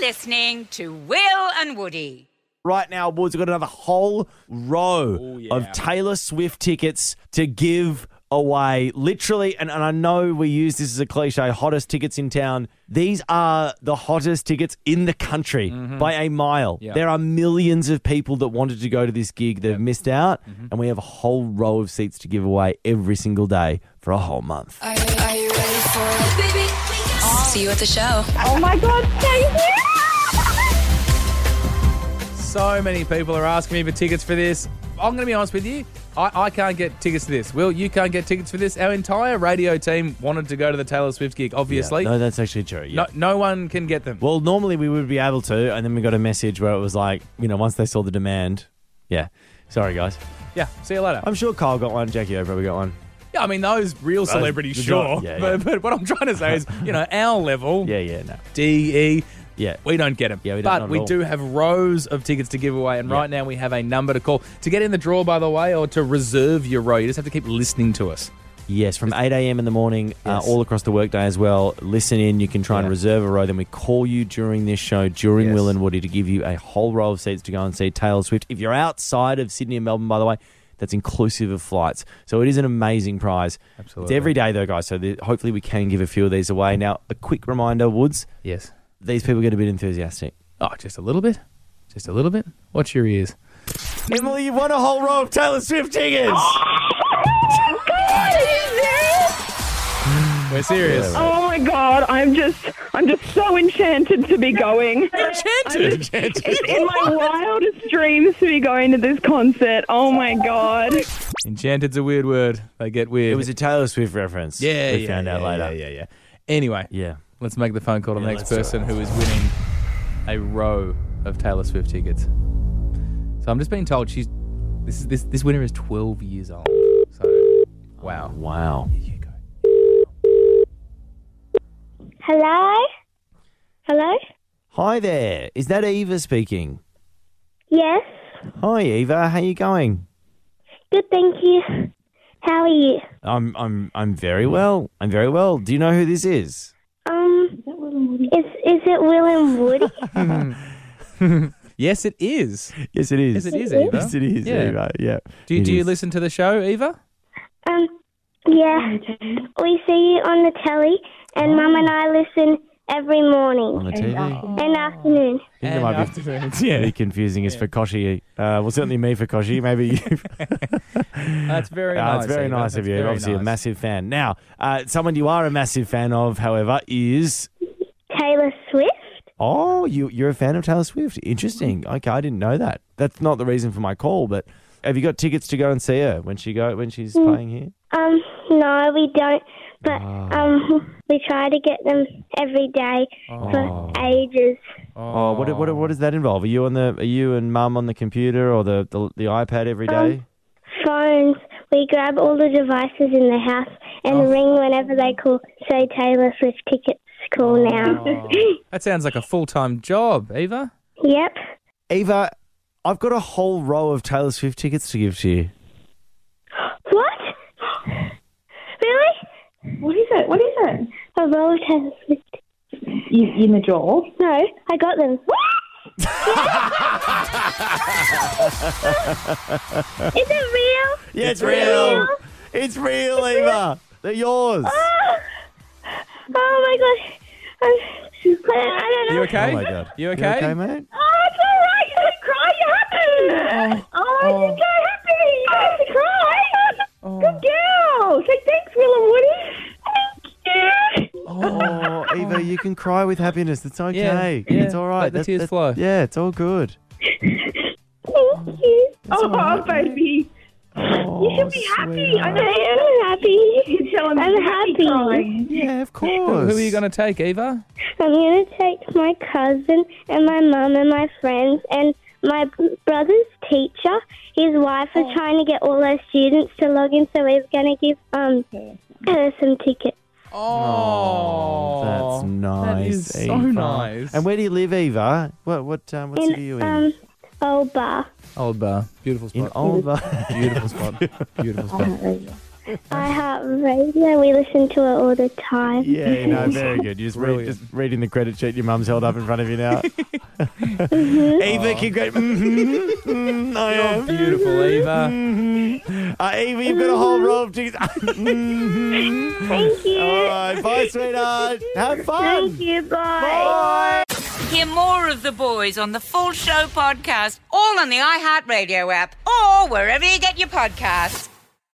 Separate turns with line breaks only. listening to Will and Woody.
Right now, Woods, we've got another whole row of Taylor Swift tickets to give away. Literally, and, and I know we use this as a cliche, hottest tickets in town. These are the hottest tickets in the country by a mile. There are millions of people that wanted to go to this gig. They've missed out, and we have a whole row of seats to give away every single day for a whole month.
Are, are you ready for it? Baby, See you at the show.
Oh my God, thank you.
So many people are asking me for tickets for this. I'm going to be honest with you. I, I can't get tickets to this. Will, you can't get tickets for this. Our entire radio team wanted to go to the Taylor Swift gig, obviously.
No, that's actually true. Yeah.
no, no one can get them.
Well, normally we would be able to, and then we got a message where it was like, you know, once they saw the demand, yeah. Sorry, guys.
Yeah, see you later.
I'm sure Kyle got one. Jackie O probably got one.
yeah, I mean, those real celebrities,
the
sure.
giant- yeah, yeah.
But, but what I'm trying to say is, you know, our level,
Yeah, yeah, no.
DE,
Yeah.
we don't get them.
Yeah, we don't- not
but
at
we
all.
do have rows of tickets to give away, and right now we have a number to call. To get in the draw, by the way, or to reserve your row, you just have to keep listening to us.
Yes, from 8 a.m. in the morning,
Yes.
uh, all across the workday as well. Listen in. You can try and
Yeah.
reserve a row. Then we call you during this show, during
Yes.
Will and Woody, to give you a whole row of seats to go and see Taylor Swift. If you're outside of Sydney and Melbourne, by the way, that's inclusive of flights. So it is an amazing prize. It's
Absolutely.
every day, though, guys. So the, hopefully we can give a few of these away. Now, a quick reminder, Woods,
Yes.
these people get a bit enthusiastic.
Oh, just a little bit? Just a little bit? Watch your ears.
Emily, you won a whole row of Taylor Swift tickets.
God, are you serious?
We're serious.
Oh my God, I'm just, I'm just so enchanted to be going.
Enchanted.
It's in my wildest dreams to be going to this concert. Oh my God.
Enchanted's a weird word. They get weird.
It was a Taylor Swift reference.
yeah,
we
yeah,
found
yeah,
out later.
Yeah, yeah, yeah. Anyway,
Yeah.
let's make the phone call to the
Yeah,
next
let's
person who is winning a row of Taylor Swift tickets. So I'm just being told she's this is this this winner is 12 years old. So wow.
Wow.
Here you go.
Hello? Hello?
Hi there. Is that Eva speaking?
Yes.
Hi Eva, how you going?
Good, thank you. How are you?
I'm I'm I'm very well. I'm very well. Do you know who this is?
Um, is, is it Will and Woody?
Yes, it is.
Yes, it is.
Yes, it is, Eva.
Yes, it is.
Yeah.
Eva. Yeah.
Do you,
It
do you
is.
listen to the show, Eva?
um, yeah. We see you on the telly, and Mum and I listen every
on
morning
the TV?
and afternoon.
I think it might be
yeah.
pretty confusing. It's for Koshi. Uh, well, certainly me for Koshi. Maybe you.
That's Ah, very
Uh,
nice.
it's very
Eva.
nice of
That's
you.
very
Obviously, a
nice.
massive fan. Now, uh, someone you are a massive fan of, however, is
Taylor Swift?
oh, you you're a fan of Taylor Swift. Interesting.
Mm.
Okay, I didn't know that. That's not the reason for my call, but have you got tickets to go and see her when she go when she's
Mm.
playing here?
Um, no, we don't. But,
Ah.
um, we try to get them every day for
Ah.
ages.
Oh, what, what what does that involve? Are you on the are you and mum on the computer or the the, the iPad every
Um,
day?
Phones. We grab all the devices in the house and
Oh.
ring whenever they call. Say Taylor Swift tickets call
Oh.
now.
That sounds like a full time job, Eva.
yep.
Eva, I've got a whole row of Taylor Swift tickets to give to you.
What? really?
What is it? What is it?
A roll of Taylor Swift.
In, in the jaw.
No, I got them. Is it real?
Yeah, it's real. It's real, Eva. They're yours.
Ah.
Oh my gosh. I'm, I don't know.
You okay?
Oh my god.
You
You
okay?
okay, mate?
Oh, it's all right. You should cry. You're happy. Oh, I should go happy. You have to cry. Good girl. Say thanks, Will and Woody. Thank you.
Oh, Eva, you can cry with happiness. It's okay.
yeah.
It's all right.
Let the
That-
tears
that-
flow.
Yeah, it's all good.
Thank you.
Oh, baby.
Oh,
You should be happy. I
sweetheart.
know.
I'm happy.
You're telling me
I'm
you should be
happy.
crying.
Yeah, of
Who
course.
are you going to take, Eva?
I'm going to take my cousin and my mum and my friends and my b- brother's teacher. His wife is
Oh.
trying to get all our students to log in, so we're going to give um her some tickets.
Oh,
That's nice.
That is so
Eva.
nice.
And where do you live, Eva? What what um, what
In,
city are you in?
um, old bar.
Old bar. Beautiful
in
spot.
Oliver.
Beautiful spot. Beautiful spot.
I have radio. We listen to it all the time.
Yeah, no, very good. You just, read,
Brilliant.
just reading the credit sheet your mum's held up in front of you now. Eva, congrats. Mhm, mm, I am.
Beautiful, Eva.
Mhm. Uh, Eva, you've got a whole roll of tickets.
Thank you.
All right, bye, sweetheart. Have
Thank
fun.
you. Bye.
Bye.
Hear more of the boys on the Full Show podcast, all on the iHeartRadio app or wherever you get your podcasts.